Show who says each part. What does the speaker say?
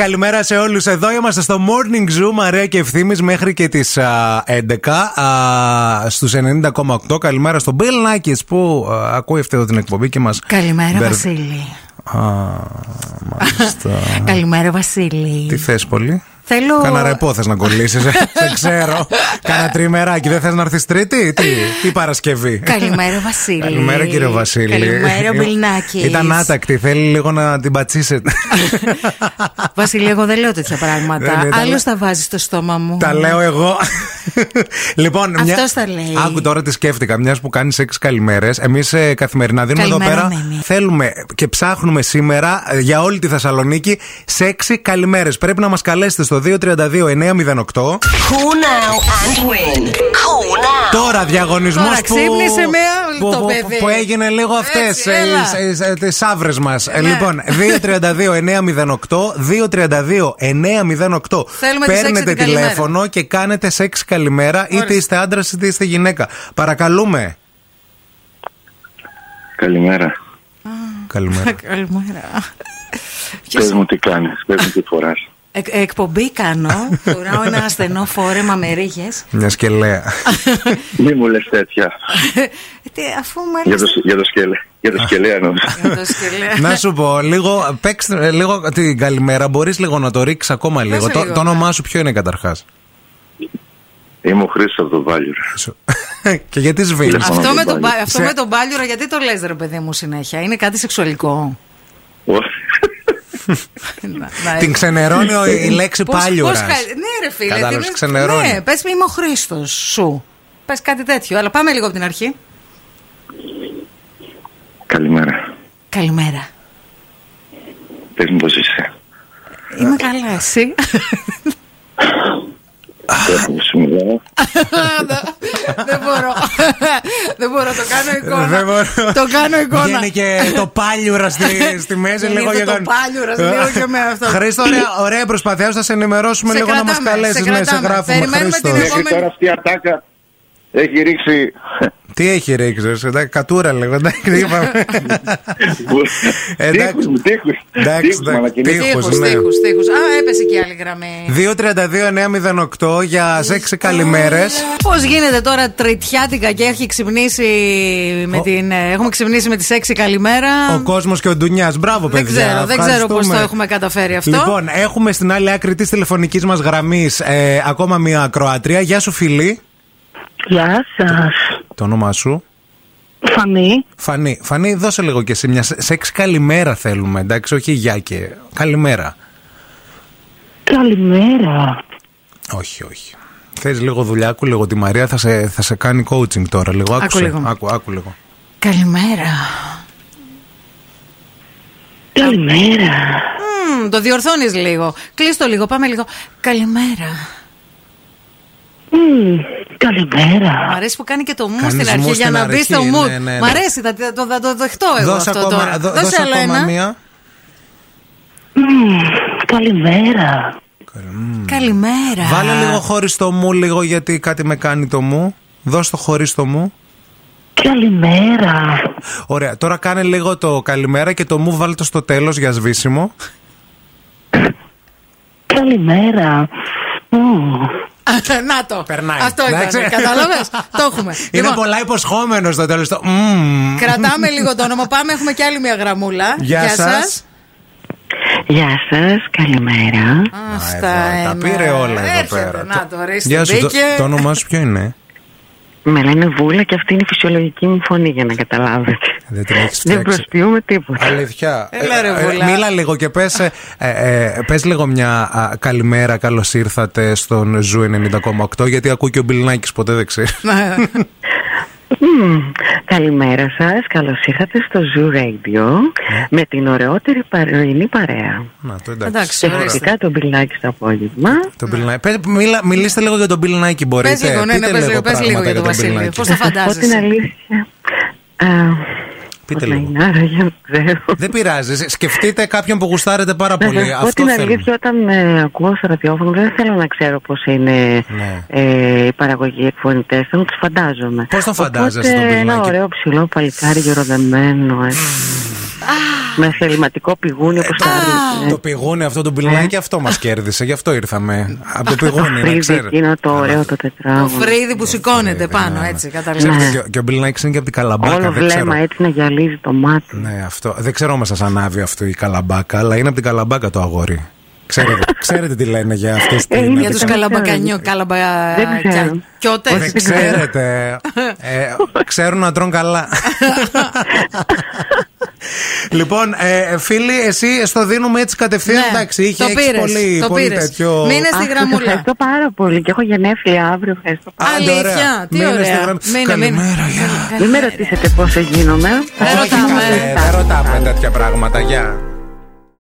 Speaker 1: Καλημέρα σε όλους. Εδώ είμαστε στο Morning Zoo. Μαρέα και ευθύνη μέχρι και τις 11 στου 90,8. Καλημέρα στον Μπελνάκη που α, ακούει αυτή εδώ την εκπομπή και μας.
Speaker 2: Καλημέρα, Βασίλη.
Speaker 1: Α, μάλιστα.
Speaker 2: Καλημέρα, Βασίλη.
Speaker 1: Τι θες πολύ.
Speaker 2: Θέλω.
Speaker 1: Κάνα ρεπό θες να κολλήσεις. Σε ξέρω. Κάνα τριμεράκι. Δεν θες να έρθεις Τρίτη. Τι, τι Παρασκευή.
Speaker 2: Καλημέρα, Βασίλη.
Speaker 1: Καλημέρα, κύριε Βασίλη.
Speaker 2: Καλημέρα, Μπιλνάκης.
Speaker 1: Ήταν άτακτη. Θέλει λίγο να την πατσίσετε.
Speaker 2: Βασίλη, εγώ δεν λέω τέτοια
Speaker 1: Δεν
Speaker 2: πράγματα.
Speaker 1: λέω, τα λέω.
Speaker 2: Άλλο τα βάζεις στο στόμα μου.
Speaker 1: Τα λέω εγώ. λοιπόν,
Speaker 2: Αυτός τα λέει.
Speaker 1: Άκου τώρα τι σκέφτηκα. Μιας που κάνει 6 καλημέρες. Εμείς ε, καθημερινά δίνουμε
Speaker 2: Καλημέρα,
Speaker 1: εδώ πέρα.
Speaker 2: ναι, ναι.
Speaker 1: Θέλουμε και ψάχνουμε σήμερα ε, για όλη τη Θεσσαλονίκη σε 6 καλημέρες. Πρέπει να μας καλέσετε στο
Speaker 3: Call
Speaker 1: 232-908.
Speaker 3: now and win. Call now.
Speaker 1: Τώρα διαγωνισμός
Speaker 2: Τώρα
Speaker 1: που,
Speaker 2: ξύπνησε με
Speaker 1: που,
Speaker 2: το
Speaker 1: που,
Speaker 2: παιδί.
Speaker 1: που έγινε λίγο ε, αυτέ
Speaker 2: Έτσι, έλα.
Speaker 1: τι άβρε μα.
Speaker 2: Ναι.
Speaker 1: Λοιπόν, 232-908, 232-908.
Speaker 2: Θέλουμε τις
Speaker 1: Παίρνετε
Speaker 2: έξι την καλημέρα.
Speaker 1: τηλέφωνο και κάνετε σεξ καλημέρα, είτε
Speaker 2: Ορίστε.
Speaker 1: είστε άντρας είτε είστε γυναίκα. Παρακαλούμε.
Speaker 4: Καλημέρα.
Speaker 1: Καλημέρα.
Speaker 2: Καλημέρα. Ποιος-
Speaker 4: Πες μου τι κάνεις, πες μου τι φοράς.
Speaker 2: Εκ- εκπομπή κάνω. Φοράω ένα ασθενό φόρεμα με ρίγες.
Speaker 1: Μια σκελέα.
Speaker 4: Μη μου λες τέτοια.
Speaker 2: Αφού
Speaker 4: για,
Speaker 2: μάλιστα.
Speaker 4: το, για το σκελέ. Για το σκελέα νόμιζα.
Speaker 2: Για το σκελέ.
Speaker 1: να σου πω, λίγο, παίξτε, ε, λίγο την καλημέρα. Μπορείς λίγο να το ρίξεις ακόμα λίγο.
Speaker 2: σε
Speaker 1: Το,
Speaker 2: λίγο,
Speaker 1: το
Speaker 2: ναι.
Speaker 1: όνομά σου ποιο είναι καταρχάς.
Speaker 4: Είμαι ο Χρήστος από το Βάλιουρα.
Speaker 1: και γιατί σβήνεις.
Speaker 4: Λοιπόν.
Speaker 2: Αυτό,
Speaker 4: Μόνο
Speaker 2: με
Speaker 4: τον
Speaker 2: τον,
Speaker 4: Μπάλιο.
Speaker 2: μπα- αυτό
Speaker 1: Σε-
Speaker 2: με τον μπάλιουρα, γιατί το λες ρε παιδί μου συνέχεια. Είναι κάτι σεξουαλικό. Να- να-
Speaker 1: Την ξενερώνει ο- η λέξη
Speaker 2: Πώς- πώς
Speaker 1: πάλιουρας.
Speaker 2: χα- Ναι, ρε φίλε.
Speaker 1: Κατάλαβες,
Speaker 2: τι-
Speaker 1: ξενερώνει.
Speaker 2: Ναι, πες είμαι ο Χρήστος σου. Πες κάτι τέτοιο, αλλά πάμε λίγο από την αρχή.
Speaker 4: Καλημέρα.
Speaker 2: Καλημέρα.
Speaker 4: Πες μου πώς είσαι.
Speaker 2: Είμαι καλά, εσύ.
Speaker 4: Τώρα που σου μιλάω.
Speaker 2: Δεν μπορώ. Δεν μπορώ, το κάνω εικόνα.
Speaker 1: Δεν μπορώ.
Speaker 2: Το κάνω εικόνα.
Speaker 1: Βγαίνει και το πάλιουρα στη, στη μέση
Speaker 2: Βγαίνει
Speaker 1: λίγο
Speaker 2: το
Speaker 1: για τον-
Speaker 2: πάλιουρας λίγο και με αυτό.
Speaker 1: Χρήστο, ωραία, ωραία προσπάθεια. Θα σε ενημερώσουμε
Speaker 2: Σε
Speaker 1: λίγο να μας
Speaker 2: κρατάμε,
Speaker 1: καλέσεις.
Speaker 2: σε
Speaker 1: Ναι, σε
Speaker 2: κρατάμε.
Speaker 1: γράφουμε.
Speaker 2: Περιμένουμε
Speaker 1: Χρήστο. Ναι,
Speaker 2: την
Speaker 4: Μέχρι
Speaker 2: Επόμενη-
Speaker 4: τώρα αυτή η ατάκα έχει ρίξει...
Speaker 1: Τι έχει ρίξει, ρε, εντάξει, κατούρα λίγο. Εντάξει, είπαμε. Εντάξει.
Speaker 4: Τείχους μου, τείχους.
Speaker 1: Εντάξει,
Speaker 4: Τείχους
Speaker 1: εντάξει.
Speaker 4: μου, ανακοινήσεις.
Speaker 1: Τείχους,
Speaker 2: Τείχους,
Speaker 1: ναι.
Speaker 2: τείχους, τείχους. Α, έπεσε και η άλλη γραμμή.
Speaker 1: 2-32-908 για 6 καλημέρες.
Speaker 2: Πώς γίνεται τώρα τριτιάτικα και έχει ξυπνήσει με
Speaker 1: Ο-
Speaker 2: την. ε, Έχουμε ξυπνήσει με τι 6 καλημέρα.
Speaker 1: Ο κόσμος και ο Ντουνιάς. Μπράβο,
Speaker 2: Δεν
Speaker 1: παιδιά.
Speaker 2: ξέρω, δεν ξέρω πώς το
Speaker 1: Ευχαριστούμε.
Speaker 2: έχουμε καταφέρει αυτό.
Speaker 1: Λοιπόν, έχουμε στην άλλη άκρη της τηλεφωνικής μας γραμμής ε, ακόμα μία ακροάτρια. Γεια σου, φιλή.
Speaker 5: Γεια σας.
Speaker 1: Το όνομά σου.
Speaker 5: Φανή.
Speaker 1: Φανή, Φανή, δώσε λίγο και εσύ μια σε- σεξ καλημέρα θέλουμε, εντάξει, όχι γεια και καλημέρα.
Speaker 5: Καλημέρα.
Speaker 1: Όχι, όχι. Θες λίγο δουλειάκου, λίγο τη Μαρία θα σε, θα σε κάνει coaching τώρα λίγο. Άκουσε.
Speaker 2: λίγο.
Speaker 1: Άκου, άκου λίγο.
Speaker 2: Καλημέρα.
Speaker 5: Καλημέρα.
Speaker 2: Μμμ, το διορθώνεις λίγο. Κλείστο λίγο, πάμε λίγο. Καλημέρα.
Speaker 5: Μμμ,
Speaker 2: Μ'
Speaker 5: καλημέρα.
Speaker 2: αρέσει που κάνει και το μου
Speaker 1: Κάνεις
Speaker 2: στην
Speaker 1: μου
Speaker 2: αρχή για
Speaker 1: στην
Speaker 2: να μπει
Speaker 1: αρχή,
Speaker 2: στο μου.
Speaker 1: ναι, ναι, ναι.
Speaker 2: Μ' αρέσει, θα, θα το, θα το δεχτώ εγώ
Speaker 1: δώσε
Speaker 2: αυτό
Speaker 1: ακόμα,
Speaker 2: τώρα.
Speaker 1: δώ- δώσε
Speaker 2: άλλο
Speaker 1: ακόμα
Speaker 2: ένα.
Speaker 1: μία.
Speaker 5: Μμμ, καλημέρα.
Speaker 2: Καλημέρα.
Speaker 1: Βάλε λίγο χωρίς το μου, λίγο γιατί κάτι με κάνει το μου. Δώσε το χωρίς το μου.
Speaker 5: Καλημέρα.
Speaker 1: Ωραία, τώρα κάνε λίγο το καλημέρα και το μου βάλτε το στο τέλος για σβήσιμο.
Speaker 5: Καλημέρα. Μμμ,
Speaker 2: να το.
Speaker 1: Περνάει.
Speaker 2: Αυτό ήταν.
Speaker 1: Εντάξει.
Speaker 2: Καταλαβες. το έχουμε.
Speaker 1: Είναι
Speaker 2: Λοιπόν,
Speaker 1: πολλά υποσχόμενο στο τέλος. Το... μμμ.
Speaker 2: Κρατάμε λίγο το όνομα. Πάμε, έχουμε και άλλη μια γραμμούλα.
Speaker 1: Γεια σας.
Speaker 5: Γεια σας, καλημέρα.
Speaker 2: Αυτά
Speaker 1: εδώ, τα
Speaker 2: είναι.
Speaker 1: πήρε όλα εδώ
Speaker 2: Έρχεται,
Speaker 1: πέρα.
Speaker 2: να το, ορίστε,
Speaker 1: Γεια σου, το,
Speaker 2: μπήκε.
Speaker 1: το όνομά σου ποιο είναι.
Speaker 5: Με λένε Βούλα και αυτή είναι η φυσιολογική μου φωνή για να καταλάβετε.
Speaker 1: Δεν την έχεις
Speaker 5: Δεν
Speaker 1: φτιάξει.
Speaker 5: προσποιούμε τίποτα.
Speaker 1: Αλήθεια.
Speaker 2: Έλα, ρε,
Speaker 1: Ε, ε,
Speaker 2: Βούλα.
Speaker 1: μίλα λίγο και πες, ε, ε, ε, πες λίγο μια α, καλημέρα, καλώς ήρθατε στον Ζου 90,8 γιατί ακούει και ο Μπιλνάκης ποτέ δεν ξέρεις.
Speaker 5: Μμμ, Καλημέρα σας, καλώς ήρθατε στο Zoo Radio με την ωραιότερη παροινή παρέα.
Speaker 1: Να το εντάξει.
Speaker 2: Εντάξει.
Speaker 5: Και
Speaker 2: Ορίστε.
Speaker 5: φυσικά το μπιλάκι στο απόγευμα.
Speaker 1: Τον Μπιλνάκη. Πες, μίλα, μιλήστε λίγο για τον Μπιλνάκη μπορείτε.
Speaker 2: Πες λίγο, ναι,
Speaker 1: Πείτε
Speaker 2: ναι, πες λίγο, πες
Speaker 1: πράγματα
Speaker 2: λίγο για τον
Speaker 1: τον
Speaker 2: Βασίλη.
Speaker 1: Μπιλνάκη.
Speaker 2: Πώς
Speaker 5: Να
Speaker 2: θα
Speaker 5: σας πω
Speaker 2: φαντάζεσαι.
Speaker 5: την αλήθεια. Α,
Speaker 1: Πείτε
Speaker 5: πώς να
Speaker 1: λίγο.
Speaker 5: είναι, άραγε, δεν ξέρω.
Speaker 1: Δεν πειράζει. Σκεφτείτε κάποιον που γουστάρετε πάρα
Speaker 5: Να
Speaker 1: πολύ.
Speaker 5: σας πω
Speaker 1: Αυτό
Speaker 5: την
Speaker 1: θέλουμε.
Speaker 5: αλήθεια, όταν ε, ακούω στο ραδιόφωνο, δεν θέλω να ξέρω πώς είναι
Speaker 1: Ναι.
Speaker 5: ε, η παραγωγή εκφωνητές, θέλω να τους φαντάζομαι.
Speaker 1: Πώς τον φαντάζεσαι τον
Speaker 5: Οπότε, ένα
Speaker 1: Μπιλνάκη?
Speaker 5: ωραίο ψηλό παλικάρι γεροδεμένο, έτσι. ε. με θεληματικό πηγούνι όπως τα
Speaker 1: Ε, Το
Speaker 5: ρίχνει.
Speaker 1: πηγούνι αυτό, το πιλνάκι αυτό μας κέρδισε. Γι' αυτό ήρθαμε. Από το πηγούνι, να
Speaker 5: Φρύδι
Speaker 1: ξέρετε.
Speaker 5: εκείνο το ωραίο
Speaker 2: Το
Speaker 5: το τετράγωνο.
Speaker 2: φρύδι που σηκώνεται
Speaker 1: Φρύδι,
Speaker 2: πάνω,
Speaker 1: ναι,
Speaker 2: έτσι,
Speaker 1: ναι.
Speaker 2: κατάλαβα.
Speaker 5: Ναι.
Speaker 1: Ξέρετε, και ο- Και ο Μπιλνάκη είναι και από την Καλαμπάκα.
Speaker 5: Όλο
Speaker 1: Δεν ξέρω.
Speaker 5: βλέμμα έτσι να γυαλίζει το μάτι.
Speaker 1: Ναι, αυτό. Δεν ξέρω αν σα ανάβει αυτό η Καλαμπάκα, αλλά είναι από την Καλαμπάκα το αγόρι. Ξέρετε, ξέρετε τι λένε για αυτές
Speaker 5: Ε,
Speaker 1: τις.
Speaker 5: είναι
Speaker 2: Για τους
Speaker 5: Δεν ξέρω.
Speaker 2: καλαμπακανιό, καλαμπα...
Speaker 5: Δεν ξέρω.
Speaker 2: κια- κιώτες.
Speaker 1: Δεν ξέρετε. Ε, ξέρουν να τρώνε καλά. λοιπόν, ε, φίλοι, εσύ στο δίνουμε έτσι κατευθείαν.
Speaker 2: Ναι,
Speaker 1: εντάξει, είχε
Speaker 2: το
Speaker 1: έχεις
Speaker 2: πήρες,
Speaker 1: πολύ,
Speaker 2: το
Speaker 1: πολύ
Speaker 2: πήρες.
Speaker 1: τέτοιο.
Speaker 2: Μείνε στη
Speaker 5: Αχ,
Speaker 2: γραμμούλα.
Speaker 5: Ευχαριστώ πάρα πολύ και έχω γενέθλια αύριο. Ευχαριστώ πάρα
Speaker 1: Άντε,
Speaker 2: Αλήθεια,
Speaker 1: ωραία.
Speaker 2: τι
Speaker 1: Μείνε στη
Speaker 2: ωραία.
Speaker 1: γραμμή.
Speaker 2: Μείνε,
Speaker 1: Καλημέρα,
Speaker 2: μείνε.
Speaker 1: γεια.
Speaker 5: πολύ. Μην με ρωτήσετε πόσο γίνομαι.
Speaker 2: Δεν
Speaker 1: Όχι,
Speaker 2: ρωτάμε.
Speaker 1: καλέ, Δεν ρωτάμε τέτοια πράγματα. Γεια.